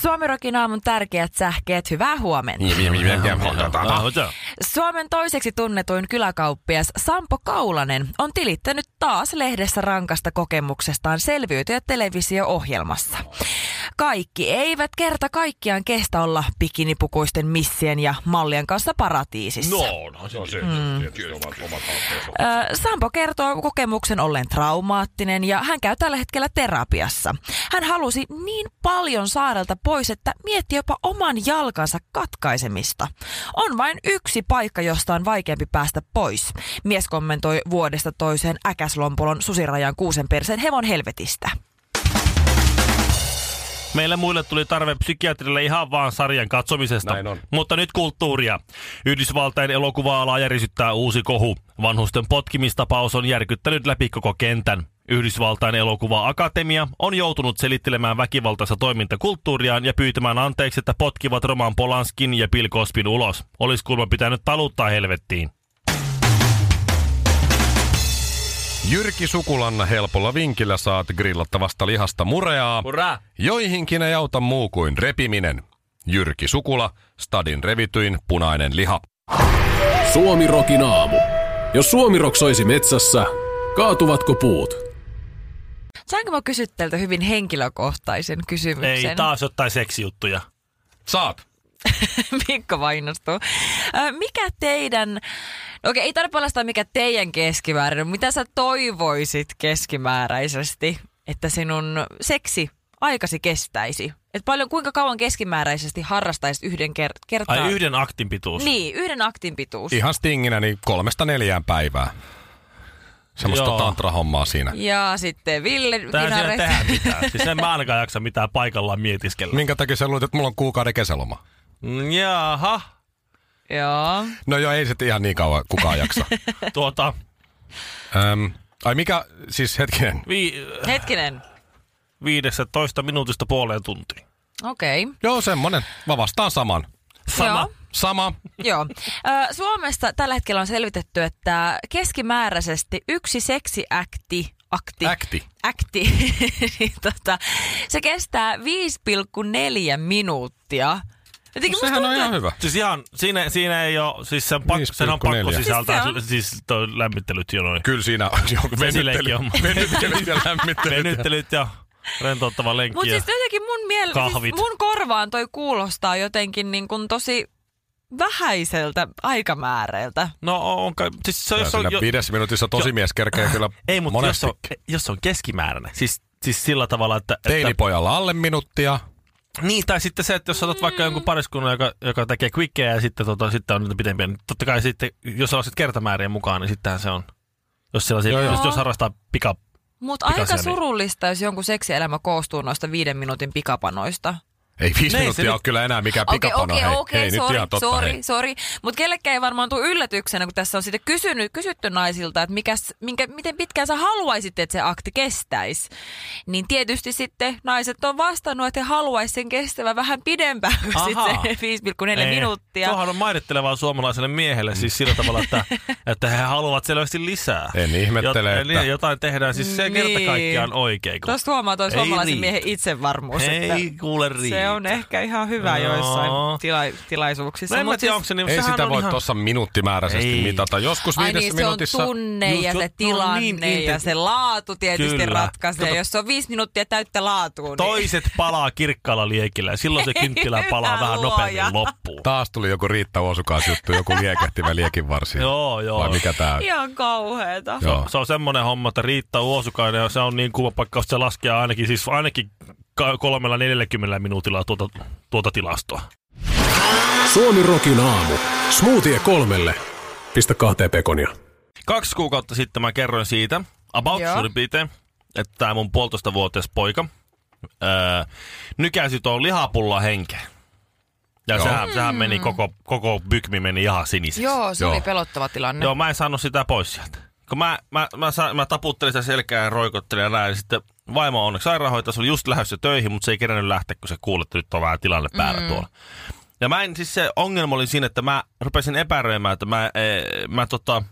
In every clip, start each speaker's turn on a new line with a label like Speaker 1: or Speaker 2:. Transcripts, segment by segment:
Speaker 1: Suomirokin aamun tärkeät sähkeet, hyvää huomenta. Suomen toiseksi tunnetuin kyläkauppias Sampo Kaulanen on tilittänyt taas lehdessä rankasta kokemuksestaan selviytyä televisio-ohjelmassa. Kaikki eivät kerta kaikkiaan kestä olla pikinipukuisten missien ja mallien kanssa paratiisissa.
Speaker 2: No, no se on se. Tietysti omat, omat haatteensa.
Speaker 1: Ö, Sampo kertoo kokemuksen olleen traumaattinen ja hän käy tällä hetkellä terapiassa. Hän halusi niin paljon saarelta pois, että mietti jopa oman jalkansa katkaisemista. On vain yksi paikka, josta on vaikeampi päästä pois. Mies kommentoi vuodesta toiseen äkäslompolon susirajan kuusenpersen hevon helvetistä.
Speaker 3: Meille muille tuli tarve psykiatrille ihan vaan sarjan katsomisesta.
Speaker 2: Näin on.
Speaker 3: Mutta nyt kulttuuria. Yhdysvaltain elokuva-alaa järisyttää uusi kohu. Vanhusten potkimistapaus on järkyttänyt läpi koko kentän. Yhdysvaltain elokuva-akatemia on joutunut selittelemään väkivaltaista toimintakulttuuriaan ja pyytämään anteeksi, että potkivat Roman Polanskin ja Bill Cosbyn ulos. Olis kuulemma pitänyt taluttaa helvettiin.
Speaker 2: Jyrki Sukulanna helpolla vinkillä saat grillattavasta lihasta mureaa.
Speaker 3: Hurraa!
Speaker 2: Joihinkin ei auta muu kuin repiminen. Jyrki Sukula, stadin revityin punainen liha.
Speaker 4: Suomi Rokin aamu. Jos Suomi Rock soisi metsässä, kaatuvatko puut?
Speaker 1: Saanko mä kysyä teiltä hyvin henkilökohtaisen kysymyksen?
Speaker 3: Ei taas jotain seksijuttuja.
Speaker 2: Saat.
Speaker 1: Mikko painostuu. Ö, Mikä teidän, no okei ei tarvitse paljastaa mikä teidän keskimääräinen, mutta mitä sä toivoisit keskimääräisesti, että sinun seksi aikasi kestäisi? Et paljon, kuinka kauan keskimääräisesti harrastaisit yhden ker- kertaa?
Speaker 3: Ai yhden aktin pituus.
Speaker 1: Niin, yhden aktin pituus.
Speaker 2: Ihan stinginä niin kolmesta neljään päivää. Semmoista
Speaker 3: Joo.
Speaker 2: tantrahommaa siinä.
Speaker 1: Ja sitten Ville
Speaker 3: Tää ei siinä
Speaker 1: Kinaret.
Speaker 3: tehdä mitään. Siis en mä ainakaan jaksa mitään paikallaan mietiskellä.
Speaker 2: Minkä takia sä luulet, että mulla on kuukauden kesäloma?
Speaker 3: Mm, Jaha,
Speaker 1: Joo.
Speaker 2: No joo, ei sitten ihan niin kauan kukaan jaksa.
Speaker 3: tuota,
Speaker 2: Öm, ai mikä, siis hetkinen.
Speaker 3: vi-
Speaker 1: Hetkinen.
Speaker 3: 15 minuutista puoleen tuntiin.
Speaker 1: Okei. Okay.
Speaker 2: Joo, semmonen. Mä vastaan saman.
Speaker 3: Sama.
Speaker 1: Joo.
Speaker 2: Sama.
Speaker 1: Joo. Ö, Suomessa tällä hetkellä on selvitetty, että keskimääräisesti yksi seksiakti akti,
Speaker 2: Akti.
Speaker 1: akti niin tota, se kestää 5,4 minuuttia. Jotenkin musta
Speaker 2: No Sehän on
Speaker 1: tuntuu,
Speaker 2: ihan hyvä.
Speaker 3: Siis ihan, siinä, siinä ei ole, siis sen, pak,
Speaker 2: 5,4.
Speaker 3: sen on pakko sisältää,
Speaker 1: Siis se on.
Speaker 3: siis, siis toi lämmittelyt jo noin.
Speaker 2: Kyllä siinä on joku
Speaker 3: silläkin on.
Speaker 2: venyttely ja lämmittely.
Speaker 3: Venyttelyt ja rentouttava lenkki.
Speaker 1: Mutta
Speaker 3: ja-
Speaker 1: siis jotenkin mun, miel- siis
Speaker 3: Kahvit.
Speaker 1: mun korvaan toi kuulostaa jotenkin niin kuin tosi vähäiseltä aikamäärältä.
Speaker 3: No on, kai- siis se, on- jos
Speaker 2: Jos
Speaker 3: on, jo,
Speaker 2: viides minuutissa tosi mies kerkee kyllä
Speaker 3: ei, mutta jos
Speaker 2: monesti.
Speaker 3: on, jos on keskimääräinen, siis, siis sillä tavalla, että... että
Speaker 2: Teinipojalla alle minuuttia.
Speaker 3: niin, tai sitten se, että jos otat vaikka
Speaker 1: Mm.
Speaker 3: jonkun pariskunnan, joka, joka tekee quickeä ja sitten, tota, sitten on niitä pidempiä, niin totta kai sitten, jos sellaiset kertamäärien mukaan, niin sittenhän se on. Jos, sellaisia,
Speaker 2: Joo, joo.
Speaker 3: jos, jos harrastaa pika,
Speaker 1: Mutta
Speaker 3: Pikaisia
Speaker 1: aika
Speaker 3: niin.
Speaker 1: surullista, jos jonkun seksielämä koostuu noista viiden minuutin pikapanoista.
Speaker 2: Ei viisi
Speaker 3: Niin, se
Speaker 2: minuuttia
Speaker 3: nyt-
Speaker 2: ole kyllä enää mikään
Speaker 1: Okei,
Speaker 2: pikapano.
Speaker 1: okei,
Speaker 2: hei,
Speaker 1: okei, Niin,
Speaker 2: hei, nyt
Speaker 1: sori,
Speaker 2: ihan totta.
Speaker 1: sori,
Speaker 2: hei.
Speaker 1: sori. Mutta kellekään ei varmaan tule yllätyksenä, kun tässä on sitten kysynyt, kysytty naisilta, että mikäs, minkä, miten pitkään sä haluaisit, että se akti kestäisi. Niin tietysti sitten naiset on vastannut, että he haluaisivat sen kestävän vähän pidempään kuin
Speaker 3: Ahaa. Eh,
Speaker 1: sit se 5,4
Speaker 3: Ei.
Speaker 1: minuuttia.
Speaker 3: Tuohan on mairittelevaa suomalaiselle miehelle siis sillä tavalla, että, että he haluavat selvästi lisää.
Speaker 2: En ihmettele,
Speaker 3: Jot-
Speaker 2: että-
Speaker 3: niin, Jotain tehdään siis se kerta
Speaker 1: Niin.
Speaker 3: kaikkiaan oikein. kun-
Speaker 1: Tuossa huomaa toi
Speaker 3: niinku. Ei
Speaker 1: suomalaisen
Speaker 3: riitä.
Speaker 1: miehen itsevarmuus.
Speaker 3: Ei
Speaker 1: että
Speaker 3: kuule riitä.
Speaker 1: se on ehkä ihan hyvä
Speaker 3: Joo.
Speaker 1: joissain tila- tilaisuuksissa.
Speaker 3: No en mä
Speaker 1: mut
Speaker 3: tiedä,
Speaker 1: siis-
Speaker 3: onko se niin,
Speaker 2: Ei
Speaker 3: sehän
Speaker 2: sitä
Speaker 3: on
Speaker 2: voi
Speaker 3: ihan...
Speaker 2: tuossa minuuttimääräisesti
Speaker 3: Ei.
Speaker 2: mitata. Joskus
Speaker 1: Ai
Speaker 2: viidessä
Speaker 1: niin, se on
Speaker 2: minuutissa...
Speaker 1: tunne
Speaker 3: Just
Speaker 1: ja
Speaker 3: jo-
Speaker 1: se
Speaker 3: no
Speaker 1: tilanne
Speaker 3: niin, inte-
Speaker 1: ja se laatu tietysti
Speaker 3: Kyllä.
Speaker 1: ratkaisee.
Speaker 3: Kato-
Speaker 1: Jos se on viisi minuuttia täyttä laatua, niin...
Speaker 3: Toiset palaa kirkkaalla liekillä ja silloin se kynttilä palaa
Speaker 1: Hyvä
Speaker 3: vähän nopeammin
Speaker 1: luoja.
Speaker 3: loppuun.
Speaker 2: Taas tuli joku Riitta Uosukas juttu, joku liekehtivä liekin varsin.
Speaker 3: Joo, joo.
Speaker 2: Vai mikä tää?
Speaker 1: Ihan kauheeta.
Speaker 2: Joo.
Speaker 3: Se on semmoinen homma, että Riitta Uosukainen, ja se on niin kuuma paikka, että se laskee ainakin, siis ainakin ka- kolmella 40 minuutilla tuota, tuota tilastoa.
Speaker 4: Suomi Rokin aamu. Smoothie kolmelle. Pistä kahteen pekonia.
Speaker 3: Kaksi kuukautta sitten mä kerroin siitä, about
Speaker 1: Joo.
Speaker 3: suurin piirtein, että tämä mun puolitoista vuotias poika öö, nykäisi tuon lihapulla henkeä. Ja
Speaker 2: Joo.
Speaker 3: sehän, sehän, meni koko, koko bykmi meni ihan siniseksi.
Speaker 1: Mm. Joo, se
Speaker 2: Joo.
Speaker 1: oli pelottava tilanne.
Speaker 3: Joo, mä en saanut sitä pois sieltä. Kun mä, mä, mä, sa, mä taputtelin sitä selkää ja roikottelin ja näin, ja sitten Vaimo on onneksi sairaanhoitaja, se oli just lähdössä töihin, mutta se ei kerännyt lähteä, kun se kuuli, että nyt on vähän tilanne päällä mm. tuolla. Ja mä en, siis se ongelma oli siinä, että mä rupesin epäröimään, että mä, e, mä tota,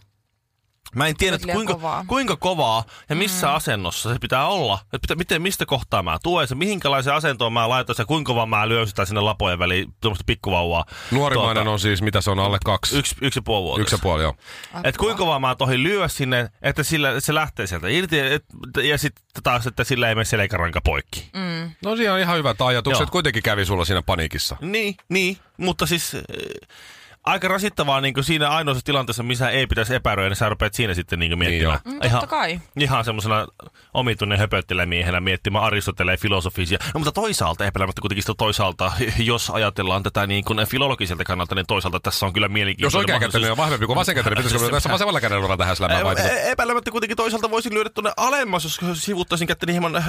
Speaker 3: Mä en tiedä,
Speaker 5: Olit
Speaker 3: että
Speaker 5: liian
Speaker 3: kuinka kovaa.
Speaker 5: kovaa.
Speaker 3: kuinka kovaa ja missä mm. asennossa se pitää olla. Että pitä, miten, mistä kohtaa mä tuen sen, mihinkälaisen asentoon mä laitan sen, kuinka kovaa mä lyön sitä sinne lapojen väliin, tuommoista pikkuvauvaa.
Speaker 2: Nuorimainen on siis, mitä se on, alle kaksi?
Speaker 3: Tota. Yksi, yksi ja puoli vuotta.
Speaker 2: Yksi ja puoli, joo.
Speaker 3: Et kuinka vaan mä tohin lyö sinne, että sillä, se lähtee sieltä irti et, ja sitten taas, että sillä ei mene selkäranka poikki. Mm.
Speaker 2: No siinä on ihan hyvät ajatukset.
Speaker 3: Joo.
Speaker 2: Kuitenkin kävi sulla siinä paniikissa.
Speaker 3: Niin, niin, mutta siis äh, aika rasittavaa niin siinä ainoassa tilanteessa, missä ei pitäisi epäröidä, niin sä rupeat siinä sitten niin miettimään. Niin
Speaker 5: Mm, totta kai.
Speaker 3: Ihan semmoisena omituinen höpöttelemiehenä miettimään aristotelee filosofisia. No, mutta toisaalta, epäilemättä kuitenkin sitä toisaalta, jos ajatellaan tätä niin kuin filologiselta kannalta, niin toisaalta tässä on kyllä
Speaker 2: Jos
Speaker 3: mielenkiintoinen
Speaker 2: oikea kätinen on vahvempi kuin vasen kätinen, pitäisikö me tässä vasemmalla kädellä ruveta tähän sillä mä
Speaker 3: Ei,
Speaker 2: vaikutan?
Speaker 3: ei- Epäilemättä kuitenkin toisaalta voisin lyödä tuonne alemmas, jos sivuttaisin kättäni hieman äh,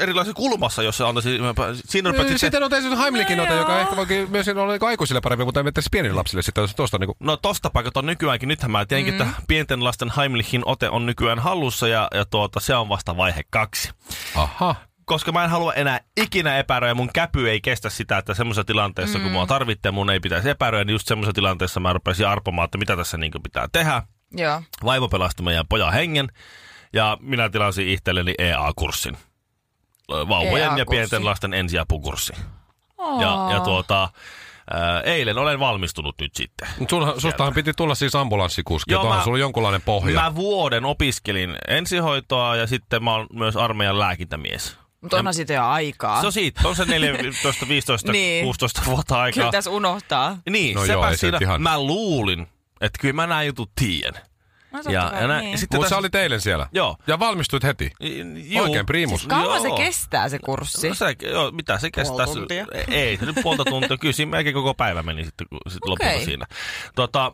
Speaker 3: erilaisessa kulmassa, jos se antaisi. Siinä rupeat sitten...
Speaker 2: Niin, Sitten on tehty Heimlikin nota, joka ehkä voikin myös olla niinku aikuisille parempi, mutta ei edes pienille lapsille sitten, jos tuosta niinku...
Speaker 3: No tosta paikat on nykyäänkin. Nythän mä tiedänkin, mm. että pienten lasten Heimlichin ote on nykyään hallussa ja, ja tuota, se on vasta vaihe kaksi.
Speaker 2: Aha.
Speaker 3: Koska mä en halua enää ikinä epäröidä, mun käpy ei kestä sitä, että semmoisessa tilanteessa, mm. kun mua tarvitsee, mun ei pitäisi epäröidä, niin just semmoisessa tilanteessa mä rupesin arpomaan, että mitä tässä niin pitää tehdä.
Speaker 5: Joo.
Speaker 3: Vaimo pelasti meidän pojan hengen ja minä tilasin itselleni EA-kurssin. Vauvojen ja
Speaker 5: EA-kurssi.
Speaker 3: pienten lasten ensiapukurssi. Ja, ja tuota, ää, eilen olen valmistunut nyt sitten.
Speaker 2: Mut Sunhan, sustahan piti tulla siis ambulanssikuski,
Speaker 3: Joo,
Speaker 2: Joo, tuohan
Speaker 3: mä-
Speaker 2: sulla on jonkunlainen pohja.
Speaker 3: Mä vuoden opiskelin ensihoitoa ja sitten mä oon myös armeijan lääkintämies.
Speaker 5: Mutta onhan siitä jo
Speaker 2: Ah.
Speaker 5: aikaa.
Speaker 3: Se on siitä, on se 14, 15,
Speaker 5: Niin.
Speaker 3: 16 vuotta
Speaker 5: Kyllä
Speaker 3: aikaa.
Speaker 5: tässä unohtaa.
Speaker 3: Niin,
Speaker 2: No
Speaker 3: no
Speaker 2: joo,
Speaker 3: sepä
Speaker 2: ei se
Speaker 3: siinä.
Speaker 2: nyt ihan-
Speaker 3: Mä luulin, että kyllä mä nämä jutut tiedän.
Speaker 5: No, totta
Speaker 3: Ja,
Speaker 5: kai,
Speaker 3: ja, nä-
Speaker 5: niin.
Speaker 3: ja sitten
Speaker 2: Mutta
Speaker 3: tässä-
Speaker 2: sä olit eilen siellä.
Speaker 3: Joo.
Speaker 2: Ja valmistuit heti.
Speaker 3: Juu.
Speaker 2: Oikein priimus.
Speaker 5: Siis Kauan se
Speaker 3: Joo.
Speaker 5: kestää se kurssi.
Speaker 3: No se, joo, mitä se kestää?
Speaker 5: tuntia.
Speaker 3: Ei, Ei, se nyt puolta tuntia. Kyllä siinä melkein koko päivä meni sitten kun, sit lopulta
Speaker 5: Okei.
Speaker 3: siinä. Tota,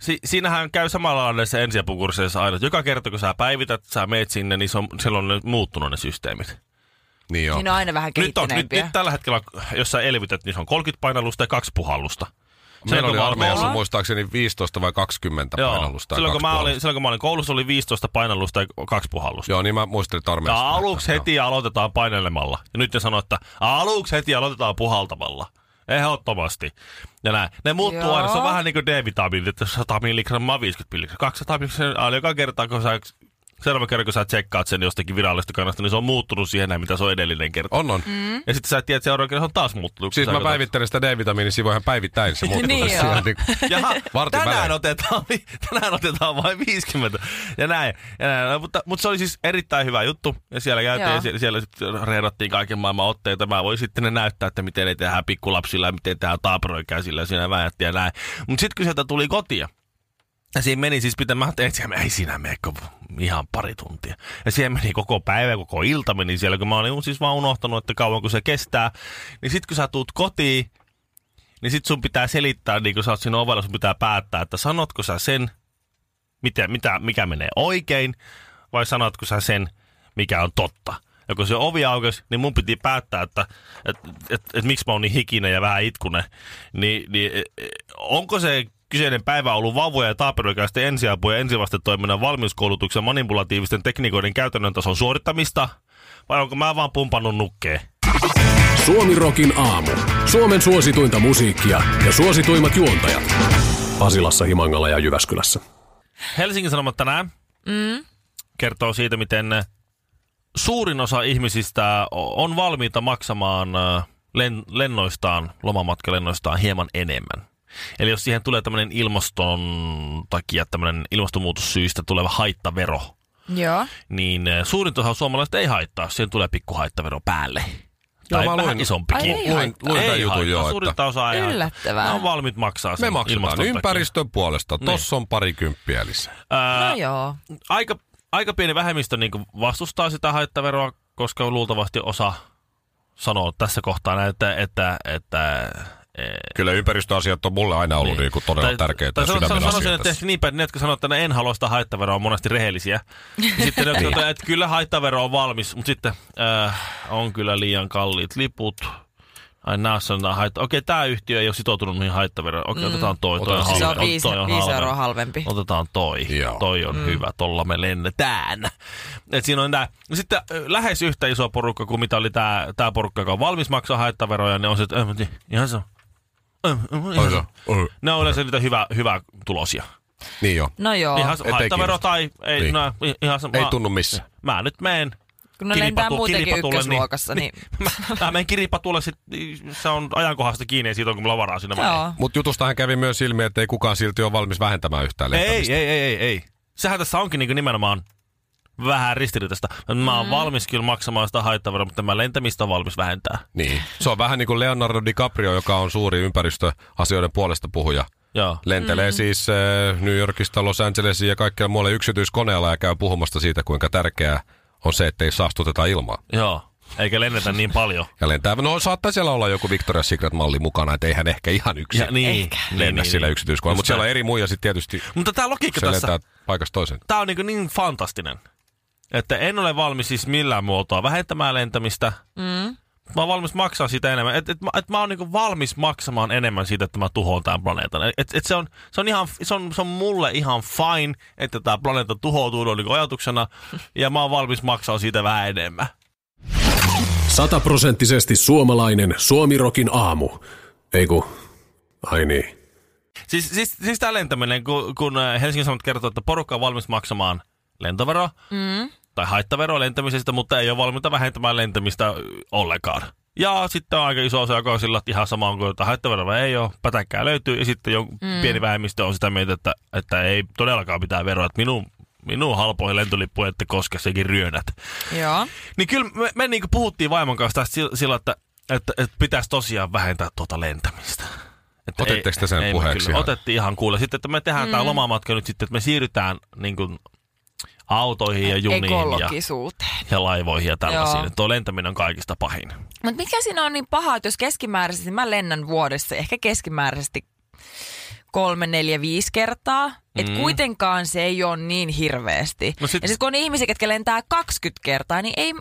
Speaker 3: si, siinähän käy samalla lailla näissä ensiapukursseissa aina. että Joka kerta, kun sä päivität, sä meet sinne, niin se on, siellä on ne, muuttunut ne systeemit.
Speaker 2: Niin joo.
Speaker 5: Siinä on aina vähän
Speaker 3: Nyt, on, nyt,
Speaker 5: kehittyneempiä.
Speaker 3: nyt tällä hetkellä, jos sä elvytät, niin se on 30 painallusta ja kaksi puhallusta.
Speaker 2: Meillä
Speaker 3: Silloin,
Speaker 2: oli
Speaker 3: kun mä-
Speaker 2: armeijassa
Speaker 5: Joo.
Speaker 2: muistaakseni 15 vai 20 painallusta. ja
Speaker 3: silloin, kun
Speaker 2: kaksi
Speaker 3: mä olin,
Speaker 2: puhallusta.
Speaker 3: silloin kun mä olin koulussa, oli 15 painallusta ja kaksi puhallusta.
Speaker 2: Joo, niin mä muistelin, että armeijassa.
Speaker 3: Ja
Speaker 2: oli
Speaker 3: aluksi
Speaker 2: tämä,
Speaker 3: heti aloitetaan painelemalla. Ja nyt ne sanoo, että aluksi heti aloitetaan puhaltamalla. Ehdottomasti. Ja näin. Ne muuttuu
Speaker 5: Joo.
Speaker 3: aina. Se on vähän niin kuin D-vitamiinit, että 100 milligrammaa, 50 milligrammaa, 200 milligrammaa. Aina joka kerta, kun sä seuraava kerran, kun sä tsekkaat sen jostakin virallisesta kannasta, niin se on muuttunut siihen näin, mitä se on edellinen kerta.
Speaker 2: joo. On, on. Mm.
Speaker 3: Ja sitten sä tiedät, että seuraava kerran se on taas muuttunut. kun
Speaker 2: Siis
Speaker 3: sä
Speaker 2: mä
Speaker 3: katsot.
Speaker 2: päivittelen sitä D-vitamiinisivuja ihan päivittäin. Se muuttuu
Speaker 5: Niin
Speaker 2: tässä
Speaker 5: joo.
Speaker 2: ihan niinku-
Speaker 3: Jaha,
Speaker 2: Vartin
Speaker 3: tänään
Speaker 2: välein.
Speaker 3: otetaan, vi- tänään otetaan vain 50. Ja näin. Ja näin. No, Mutta, mutta, se oli siis erittäin hyvä juttu. Ja siellä käytiin,
Speaker 5: Joo.
Speaker 3: ja siellä, siellä sit reenattiin kaiken maailman otteita. Mä voin sitten ne näyttää, että miten ne tehdään pikkulapsilla ja miten tehdään taaperoikäisillä ja siinä väänettiin ja näin. Mutta sitten kun sieltä tuli kotia, ja siinä meni siis pitämättä etsiä, ei siinä mene kuin ihan pari tuntia. Ja siellä meni koko päivä, koko ilta meni siellä, kun mä olin siis vaan unohtanut, että kauan kun se kestää. Niin sit kun sä tuut kotiin, niin sit sun pitää selittää, niin kun sä oot siinä ovella, sun pitää päättää, että sanotko sä sen, mitä, mitä, mikä menee oikein, vai sanotko sä sen, mikä on totta. Ja kun se ovi aukesi, niin mun piti päättää, että et, et, et, miksi mä oon niin hikinen ja vähän itkunen. Ni, niin, e, e, onko se kyseinen päivä ollut vauvoja ja taaperoikäisten ensiapu- ja ensivastetoiminnan valmiuskoulutuksen manipulatiivisten tekniikoiden käytännön tason suorittamista, vai onko mä vaan pumpannut nukkeen?
Speaker 4: Suomi Rokin aamu. Suomen suosituinta musiikkia ja suosituimmat juontajat. Pasilassa, Himangalla ja Jyväskylässä.
Speaker 3: Helsingin Sanomat tänään mm. kertoo siitä, miten suurin osa ihmisistä o- on valmiita maksamaan ö, len- lennoistaan, lomamatkalennoistaan hieman enemmän. Eli jos siihen tulee tämmöinen ilmaston takia, tämmöinen ilmastonmuutossyistä tuleva haittavero,
Speaker 5: Joo.
Speaker 3: niin ö, suurin osa suomalaisista ei haittaa, siihen tulee pikku haittavero päälle.
Speaker 2: Joo,
Speaker 3: tai
Speaker 2: mä
Speaker 3: vähän
Speaker 2: luin-
Speaker 3: isompikin.
Speaker 5: Ai, ei
Speaker 2: Luin, luin tämän jutun jo, että
Speaker 3: Suurinta osaa ei haittaa.
Speaker 5: Yllättävää.
Speaker 3: Ne on valmiit maksaa sen
Speaker 2: me maksetaan
Speaker 3: ilmaston takia. Niin. Äh,
Speaker 2: ympäristön puolesta. Tossa on parikymppiä lisää.
Speaker 3: Ää,
Speaker 5: No joo.
Speaker 3: aika, aika pieni vähemmistö niin vastustaa sitä haittaveroa, koska luultavasti osa sanoo tässä kohtaa näin, että, että, että e,
Speaker 2: Kyllä ympäristöasiat on mulle aina ollut niinku todella tärkeitä
Speaker 3: Niin.
Speaker 2: ja
Speaker 3: sano-
Speaker 2: sydämen
Speaker 3: sano- sanoisin,
Speaker 2: asioita.
Speaker 3: että ehkä niin päin, ne, jotka sanoo, että ne en halua sitä haittaveroa, on monesti rehellisiä. Ja sitten ne, jotka
Speaker 2: Niin.
Speaker 3: sanoo, että kyllä haittavero on valmis, mutta sitten äh, on kyllä liian kalliit liput. Ai näissä on nämä haitta. Okei, tämä yhtiö ei ole sitoutunut mihin haittaveroon. Okei, otetaan toi. Toi no on,
Speaker 2: Otetaan
Speaker 5: Siis Se on
Speaker 3: halvempi.
Speaker 2: Halvempi.
Speaker 5: Mm. viisi,
Speaker 3: Toi on
Speaker 5: viisi
Speaker 3: halvempi.
Speaker 5: euroa halvempi.
Speaker 3: Otetaan toi.
Speaker 2: Joo.
Speaker 3: Toi on mm. hyvä. Tolla me lennetään. Et siinä on nää. Sitten ö, lähes yhtä iso porukka kuin mitä oli tää, tää porukka, joka on valmis maksaa haittaveroja, niin on se, että äh, mä tiedän, ihan se on. Äh, äh, ihan
Speaker 2: Ai
Speaker 3: se
Speaker 2: se
Speaker 3: on.
Speaker 2: on. Ö,
Speaker 3: Ne on yleensä niitä hyvä, hyvä tulosia.
Speaker 2: Niin joo.
Speaker 5: No joo,
Speaker 3: Ihan
Speaker 2: ettei
Speaker 3: haittavero
Speaker 2: kiinnosta.
Speaker 3: tai ei, niin.
Speaker 2: Niin.
Speaker 3: no, i- ihan se,
Speaker 2: Ei
Speaker 3: mä-
Speaker 2: tunnu missään.
Speaker 3: Mä nyt meen
Speaker 5: kun ne lentää
Speaker 3: kiripatu-
Speaker 5: muutenkin
Speaker 3: kiripatulle, niin-
Speaker 5: ykkösluokassa, niin...
Speaker 3: Mä, mä menen kiripatulle, sit, niin se on ajankohdasta kiinni ja siitä on, kun mulla on varaa sinne vai
Speaker 5: Joo.
Speaker 2: Mutta jutustahan kävi myös ilmi, että ei kukaan silti ole valmis vähentämään yhtään
Speaker 3: ei.
Speaker 2: lentämistä.
Speaker 3: Ei, ei, ei, ei, ei. Sehän tässä onkin niin nimenomaan vähän ristiriitaista. Mä oon mm. valmis kyllä maksamaan sitä haittaveroa, mutta mä lentämistä on valmis vähentää.
Speaker 2: Niin. Se on vähän niin kuin Leonardo DiCaprio, joka on suuri ympäristöasioiden puolesta puhuja.
Speaker 3: Joo.
Speaker 2: Lentelee mm. siis äh, New Yorkista Los Angelesiin ja kaikkialle muualle yksityiskoneella ja käy puhumasta siitä, kuinka tärkeää on se, ettei saastuteta ilmaa.
Speaker 3: Joo. Eikä lennetä niin paljon.
Speaker 2: Ja lentää, no saattaa siellä olla joku Victoria's Secret-malli mukana, että eihän ehkä ihan yksin ja, niin,
Speaker 3: niin,
Speaker 2: lennä niin, sillä niin, yksityiskoneella.
Speaker 3: Just
Speaker 2: Mutta siellä
Speaker 3: näin.
Speaker 2: on eri muija sitten tietysti,
Speaker 3: Mutta tämä logiikka
Speaker 2: se
Speaker 3: tässä,
Speaker 2: lentää paikasta toisen.
Speaker 3: tämä on niin, niin fantastinen, että en ole valmis siis millään muotoa vähentämään lentämistä. Mm. Mä oon valmis maksaa siitä enemmän. Et, et, mä- et mä oon niinku valmis maksamaan enemmän siitä, että mä tuhoan tämän planeetan. Et, et se, on, se, on ihan, se, on, se on mulle ihan fine, että tämä planeetta tuhoutuu noin niinku ajatuksena. Ja mä oon valmis maksaa siitä vähän enemmän.
Speaker 4: Sataprosenttisesti suomalainen Suomirokin aamu. Ei ku, ai niin.
Speaker 3: Siis, siis, siis tämä lentäminen, kun, kun äh, Helsingin Sanomat kertoo, että porukka on valmis maksamaan lentoveroa mm. tai haittaveroa lentämisestä, mutta ei ole valmiita vähentämään lentämistä äh, ollenkaan. Ja sitten on aika iso osa, joka on sillä, että ihan sama on kuin että haittaveroa vai ei ole, pätäkkää löytyy. Ja sitten joku mm. pieni vähemmistö on sitä mieltä, että, että ei todellakaan mitään veroa, että minun, minun halpoihin lentolippuihin ette koske sekin ryönät.
Speaker 5: Joo.
Speaker 3: Niin kyllä me, me niin puhuttiin vaimon kanssa tästä si- sillä, että, että, että pitäisi tosiaan vähentää tuota lentämistä. Että
Speaker 2: Otitteko te sen
Speaker 3: me
Speaker 2: puheeksi
Speaker 3: Kyllä,
Speaker 2: ihan?
Speaker 3: otettiin ihan kuule. Sitten, että me tehdään mm. tämä lomamatka nyt sitten, että me siirrytään niin kuin, autoihin ja juniin ja,
Speaker 5: Ekologisuuteen.
Speaker 3: ja laivoihin ja tällaisiin.
Speaker 5: E- Joo.
Speaker 3: Että Tuo lentäminen on kaikista pahin.
Speaker 5: Mutta mikä siinä on niin paha, että jos keskimääräisesti, mä lennän vuodessa ehkä keskimääräisesti kolme, neljä, viisi kertaa. Että kuitenkaan se ei ole niin hirveästi.
Speaker 3: Mm. No
Speaker 5: No
Speaker 3: sit-
Speaker 5: sit... Ja sitten kun on ihmisiä, ketkä lentää 20 kertaa, niin ei,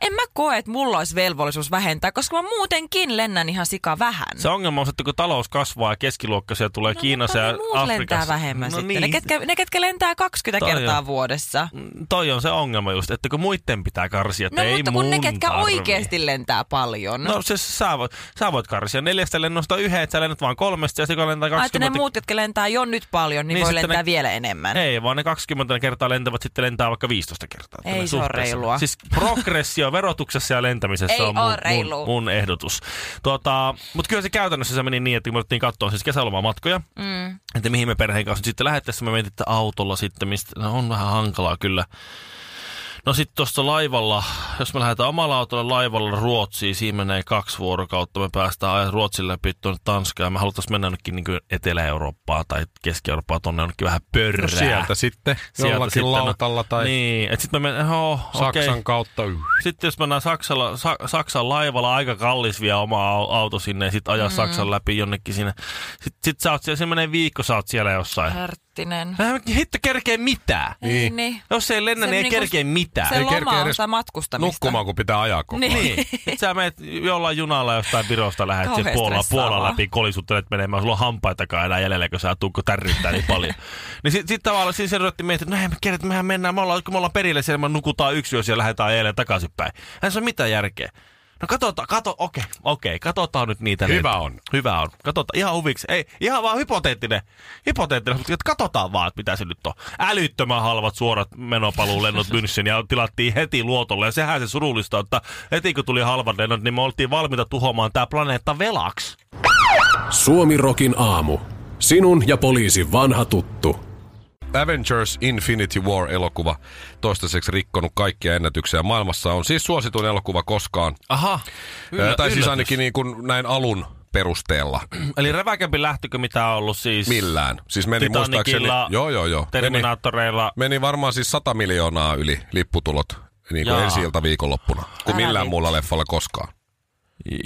Speaker 5: en mä koe, että mulla olisi velvollisuus vähentää, koska mä muutenkin lennän ihan sika vähän.
Speaker 3: Se ongelma on se, että kun talous kasvaa ja keskiluokkaisia tulee no, Kiinassa
Speaker 5: niin, mutta
Speaker 3: ja
Speaker 5: ne muut lentää
Speaker 3: Afrikassa.
Speaker 5: vähemmän
Speaker 3: no
Speaker 5: sitten.
Speaker 3: Niin,
Speaker 5: Ne, ketkä, ne, ketkä lentää 20
Speaker 3: Toi on.
Speaker 5: kertaa vuodessa.
Speaker 3: Toi on se ongelma just, että kun muiden pitää karsia, että
Speaker 5: No
Speaker 3: ei
Speaker 5: mutta kun ne,
Speaker 3: mun
Speaker 5: ketkä
Speaker 3: tarvii.
Speaker 5: oikeasti lentää paljon.
Speaker 3: No, siis sä voit, sä voit karsia neljästä lennosta yhden, että sä lennät vaan kolmesta ja sitten kun lentää
Speaker 5: Ai, että
Speaker 3: 20...
Speaker 5: ne muut, jotka lentää jo nyt paljon, niin,
Speaker 3: Niin,
Speaker 5: niin voi
Speaker 3: sitten
Speaker 5: lentää
Speaker 3: ne-
Speaker 5: ne... vielä enemmän.
Speaker 3: Ei, vaan ne 20 kertaa lentävät sitten lentää vaikka 15 kertaa.
Speaker 5: Ei
Speaker 3: Tällä
Speaker 5: se ole
Speaker 3: suhteessa.
Speaker 5: reilua.
Speaker 3: Siis progressio verotuksessa ja lentämisessä
Speaker 5: Ei
Speaker 3: on mun,
Speaker 5: oo
Speaker 3: mun,
Speaker 5: reilua.
Speaker 3: mun ehdotus. Tota, Mutta kyllä se käytännössä se meni niin, että kun me otettiin katsoa siis kesälomamatkoja, mm. että mihin me perheen kanssa nyt sitten lähettäessä me mietin, että autolla sitten, mistä no on vähän hankalaa kyllä. No sitten tuossa laivalla, jos me lähdetään omalla autolla laivalla Ruotsiin, siinä menee kaksi vuorokautta, me päästään ajan Ruotsin läpi tuonne Tanskaan, me haluttaisiin mennä jonnekin niin Etelä-Eurooppaa tai Keski-Eurooppaa tuonne jonnekin vähän pörrää.
Speaker 2: No sieltä sitten,
Speaker 3: Sieltä
Speaker 2: jollakin
Speaker 3: sitten, no.
Speaker 2: lautalla tai niin,
Speaker 3: Niin, että sitten mä menen, oh,
Speaker 2: Saksan
Speaker 3: Okay.
Speaker 2: kautta.
Speaker 3: Sitten jos mennään Saksalla, Sa- Saksan laivalla, aika kallis vie oma au- auto sinne ja sitten ajaa mm. Saksan läpi jonnekin sinne. Sitten sit sä oot siellä, se menee viikko, sä oot siellä jossain.
Speaker 5: Äh. Härttinen.
Speaker 3: Mä en hitto kerkee mitään.
Speaker 5: Niin. niin.
Speaker 3: Jos ei lennä,
Speaker 5: Se
Speaker 3: niin ei
Speaker 5: niinku-
Speaker 3: kerkee mitään.
Speaker 5: Se
Speaker 2: No, Ei
Speaker 5: loma
Speaker 2: kerkeä
Speaker 5: on
Speaker 2: edes
Speaker 5: sitä matkustamista.
Speaker 2: Nukkumaan, kun pitää ajaa koko ajan.
Speaker 5: Niin.
Speaker 3: Niin. Sit sä menet jollain junalla jostain virosta lähet sen
Speaker 5: Kauhean
Speaker 3: Puolan,
Speaker 5: stressaavaa.
Speaker 3: Puolan läpi kolisuttelet menemään. Sulla on hampaitakaan enää jäljellä, kun sä tuut, kun tärryttää niin paljon. niin sit, sit tavallaan siinä se ruvettiin miettimään, no ei me kerran, että mehän mennään, me ollaan, kun me ollaan perillä siellä, me nukutaan yksi yö ja lähdetään ajelemaan takaisinpäin. Hän sanoi, mitä järkeä? No katsotaan, kato, okei, okei, katsotaan nyt niitä.
Speaker 2: Hyvä
Speaker 3: lent-
Speaker 2: on.
Speaker 3: Hyvä on. Katsotaan, ihan huviksi. Ei, ihan vaan hypoteettinen. Hypoteettinen, mutta katsotaan vaan, että mitä se nyt on. Älyttömän halvat suorat menopaluulennot München ja tilattiin heti luotolle. Ja sehän se surullista, on, että heti kun tuli halvat lennot, niin me oltiin valmiita tuhoamaan tämä planeetta velaksi.
Speaker 4: Suomirokin aamu. Sinun ja poliisi vanha tuttu.
Speaker 2: Avengers Infinity War-elokuva toistaiseksi rikkonut kaikkia ennätyksiä maailmassa. On siis suosituin elokuva koskaan.
Speaker 3: Aha.
Speaker 2: Yllä, tai siis ainakin niin kuin näin alun perusteella
Speaker 3: Eli räväkämpi lähtökö mitä on ollut siis?
Speaker 2: millään. Siis meni
Speaker 3: Titanicilla,
Speaker 2: muistaakseni... Joo, joo, joo. Meni,
Speaker 3: Terminaattoreilla.
Speaker 2: meni varmaan siis 100 miljoonaa yli lipputulot niin kuin
Speaker 3: Jaa.
Speaker 2: ensi ilta viikonloppuna, kuin
Speaker 5: Älä
Speaker 2: millään
Speaker 5: vitsi.
Speaker 2: muulla leffalla koskaan.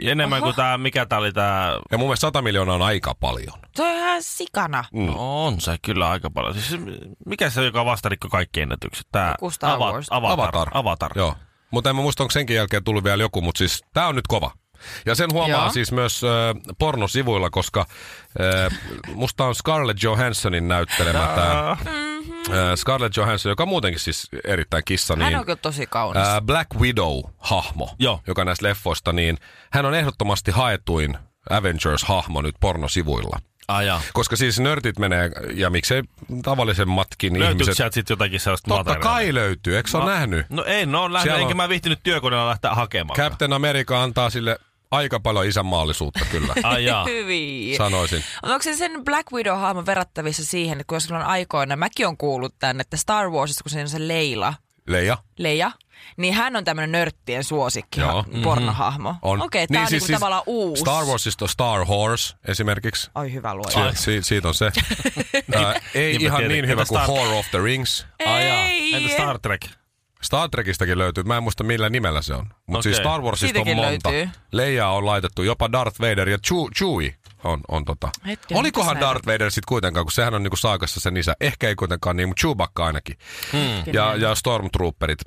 Speaker 3: Enemmän kuin tämä, mikä tämä oli tämä
Speaker 2: Ja mun mielestä 100 miljoonaa on aika paljon.
Speaker 5: Se on ihan sikana.
Speaker 2: Mm.
Speaker 3: No On se kyllä aika paljon. Siis, mikä se on, joka vastarikko kaikki ennätykset? Tää
Speaker 5: Joku Star Wars.
Speaker 3: Avatar. Avatar.
Speaker 2: Joo. Mutta en mä muista, onko senkin jälkeen tullut vielä joku, mutta siis tää on nyt kova. Ja sen huomaa Joo.
Speaker 1: Joo.
Speaker 2: siis myös äh, pornosivuilla, koska äh, musta on Scarlett Johanssonin näyttelemä tämä äh, Scarlett Johansson, joka on muutenkin siis erittäin kissa. Niin,
Speaker 1: Hän on kyllä tosi kaunis.
Speaker 2: Äh, Black Widow-hahmo,
Speaker 3: Joo.
Speaker 2: joka näistä leffoista, niin hän on ehdottomasti haetuin Avengers-hahmo nyt pornosivuilla.
Speaker 3: Aja.
Speaker 2: Koska siis nörtit menee, ja miksei tavallisemmatkin
Speaker 3: Löytyykö
Speaker 2: ihmiset...
Speaker 3: sieltä sitten jotakin sellaista
Speaker 2: Totta
Speaker 3: materiaalia?
Speaker 2: kai löytyy, eikö sä ole nähnyt?
Speaker 3: No ei, no on lähtenyt,
Speaker 2: Siellä on-
Speaker 3: enkä mä viihtynyt työkoneella lähteä hakemaan.
Speaker 2: Captain America antaa sille aika paljon isänmaallisuutta kyllä,
Speaker 3: Ai jaa.
Speaker 1: Hyvin.
Speaker 2: sanoisin.
Speaker 1: Mutta onko se sen Black Widow-hahmon verrattavissa siihen, että kun silloin aikoina, mäkin on kuullut tänne, että Star Warsissa, kun siinä on se Leila,
Speaker 2: Leija
Speaker 1: Leija, niin hän on tämmöinen nörttien suosikki,
Speaker 2: Joo. mhm.
Speaker 1: Joo. pornohahmo.
Speaker 2: on.
Speaker 1: Okei, okay, tämä niin, on siis, niinku tavallaan uusi.
Speaker 2: Star Siis- Warsista on Star Horse esimerkiksi.
Speaker 1: Ai hyvä
Speaker 2: Si-
Speaker 1: luoja.
Speaker 2: si- siitä on se. Ää, ei
Speaker 3: niin mä
Speaker 2: ihan
Speaker 3: tiedän.
Speaker 2: niin hyvä
Speaker 3: Entä
Speaker 2: kuin
Speaker 3: Star-
Speaker 2: Horror of the Rings.
Speaker 3: Aja.
Speaker 1: Ei.
Speaker 3: Entä Star Trek?
Speaker 2: Star Trekistäkin löytyy, mä en muista millä nimellä se on. Mutta
Speaker 3: Okei.
Speaker 2: siis Star Warsista
Speaker 1: Siitäkin
Speaker 2: on monta.
Speaker 1: löytyy.
Speaker 2: Leija on laitettu, jopa Darth Vader ja Chew- Chewie on, on tota.
Speaker 1: Hetkinen,
Speaker 2: Olikohan
Speaker 1: mitäs näitä?
Speaker 2: Darth Vader sitten kuitenkaan, kun sehän on niinku saakassa sen isä. Ehkä ei kuitenkaan niin, mutta Chewbacca ainakin. Hmm. Ja, ja Stormtrooperit.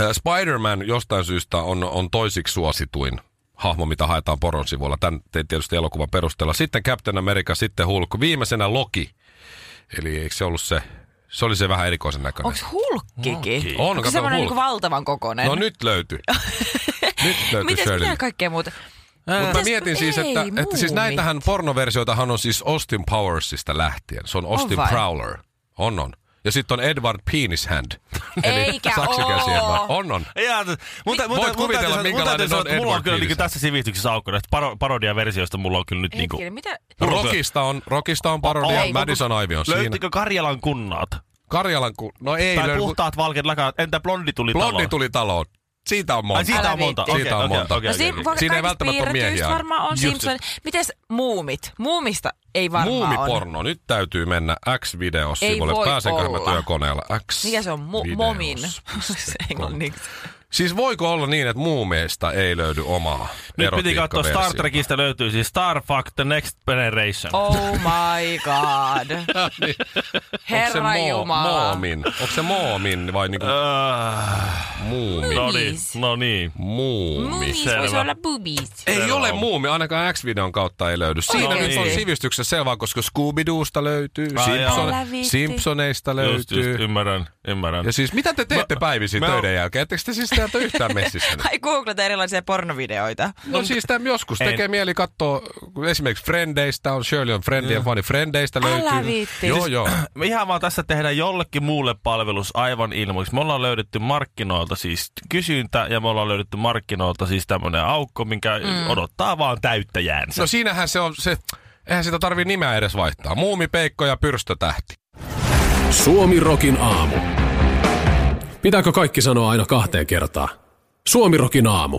Speaker 2: Äh, Spider-Man jostain syystä on, on toisiksi suosituin hahmo, mitä haetaan poron sivuilla. Tämän te- tietysti elokuvan perusteella. Sitten Captain America, sitten Hulk. Viimeisenä Loki. Eli eikö se ollut se? Se oli se vähän erikoisen näköinen.
Speaker 1: Onko hulkkikin?
Speaker 2: On,
Speaker 1: Onko
Speaker 2: kato,
Speaker 1: se semmoinen
Speaker 2: Hulk.
Speaker 1: niinku valtavan kokoinen?
Speaker 2: No nyt löytyy. nyt löytyy
Speaker 1: Mites,
Speaker 2: Shirley.
Speaker 1: mitä kaikkea muuta?
Speaker 2: Mutta mä
Speaker 1: Mitäs-
Speaker 2: mietin siis,
Speaker 1: ei,
Speaker 2: että, että siis
Speaker 1: muumit.
Speaker 2: näitähän pornoversioitahan on siis Austin Powersista lähtien. Se on Austin
Speaker 1: On vai?
Speaker 2: Prowler. On on. Ja sitten on Edward Penishand.
Speaker 1: Eikä
Speaker 2: saksikäsi
Speaker 1: oo.
Speaker 2: Edward. On on.
Speaker 3: Jaa, mutta, mutta,
Speaker 2: Voit
Speaker 3: mutta, täytyy
Speaker 2: kuvitella,
Speaker 3: sanoa-
Speaker 2: minkälainen
Speaker 3: täytyy sanoa,
Speaker 2: on
Speaker 3: että Mulla on
Speaker 2: Edward
Speaker 3: kyllä niinku
Speaker 2: Nielsen.
Speaker 3: tässä sivistyksessä aukko. Näistä paro, parodiaversioista mulla on kyllä nyt niinku...
Speaker 1: Hetkinen, mitä?
Speaker 2: Rockista on, Rockista on parodia,
Speaker 3: Ei,
Speaker 2: Madison Ivy on No siinä.
Speaker 3: Löytyykö Karjalan kunnaat?
Speaker 2: Karjalan ku... No ei
Speaker 3: tai
Speaker 2: löydy.
Speaker 3: puhtaat valkeat lakat? Entä blondi tuli
Speaker 2: Blondi
Speaker 3: taloon?
Speaker 2: tuli taloon. Siitä on monta.
Speaker 3: Ai siitä
Speaker 1: Älä
Speaker 3: on monta.
Speaker 1: viitti.
Speaker 3: Okei,
Speaker 2: Siitä on
Speaker 3: okei,
Speaker 2: monta.
Speaker 3: okei,
Speaker 1: No
Speaker 3: okei,
Speaker 1: siinä,
Speaker 3: okei.
Speaker 1: vaikka
Speaker 2: Siinä ei
Speaker 1: kaikista
Speaker 2: välttämättä ole miehiä
Speaker 1: piirretyistä
Speaker 2: aina.
Speaker 1: varmaan on Simpson. Mites muumit? Muumista ei varmaan on.
Speaker 2: Muumiporno. Nyt täytyy mennä X-videos-sivulle.
Speaker 1: Ei voi
Speaker 2: Pääsenköhän mä
Speaker 1: olla.
Speaker 2: työkoneella? X
Speaker 1: Mikä se on? Mu- momin. Se englanniksi.
Speaker 2: Siis voiko olla niin, että muumeista ei löydy omaa
Speaker 3: Nyt piti katsoa Star
Speaker 2: erotiikkaversiota?
Speaker 3: Trekistä löytyy siis Star Fuck The Next Generation.
Speaker 1: Oh my god.
Speaker 2: niin.
Speaker 1: Herra
Speaker 2: Onko se moo-
Speaker 1: Jumala.
Speaker 2: Moomin? Onko se moomin vai niinku
Speaker 3: Öö,
Speaker 2: muumi?
Speaker 3: no niin,
Speaker 1: Please.
Speaker 3: no niin.
Speaker 2: Muumi.
Speaker 1: Moomies
Speaker 3: Selvä.
Speaker 1: voisi olla boobies.
Speaker 2: Ei
Speaker 3: Selvä
Speaker 2: ole
Speaker 3: on.
Speaker 2: muumi, ainakaan X-videon kautta ei löydy. Siinä
Speaker 3: Oikeesti?
Speaker 2: nyt on sivistyksessä selvää, koska Scooby-Doosta löytyy,
Speaker 3: Ai
Speaker 2: Simpson,
Speaker 1: joo. Älä viitti.
Speaker 2: Simpsoneista
Speaker 3: Just,
Speaker 2: löytyy.
Speaker 3: just, ymmärrän, ymmärrän.
Speaker 2: ja siis mitä te teette päivisin
Speaker 3: mä oon-
Speaker 2: töiden jälkeen? Ettekö te siis täältä yhtään messissä? nyt?
Speaker 1: Ai googlata erilaisia pornovideoita.
Speaker 2: No siis tämän joskus
Speaker 3: En.
Speaker 2: tekee mieli katsoa, kun esimerkiksi Frendeistä on, Shirley on Friendien fani, Frendeistä
Speaker 1: Älä
Speaker 2: löytyy.
Speaker 1: viitti.
Speaker 2: Joo, joo.
Speaker 3: Me ihan vaan tässä tehdään jollekin muulle palvelus aivan ilmoiksi. Me ollaan löydetty markkinoilta siis kysyntä ja me ollaan löydetty markkinoilta siis tämmönen aukko, minkä mm. odottaa vaan täyttäjäänsä.
Speaker 2: No siinähän se on se, eihän sitä tarvii nimeä edes vaihtaa. Muumi, Peikko ja Pyrstötähti.
Speaker 4: Suomi Rokin aamu. Pitääkö kaikki sanoa aina kahteen kertaan? Suomi Rokin aamu.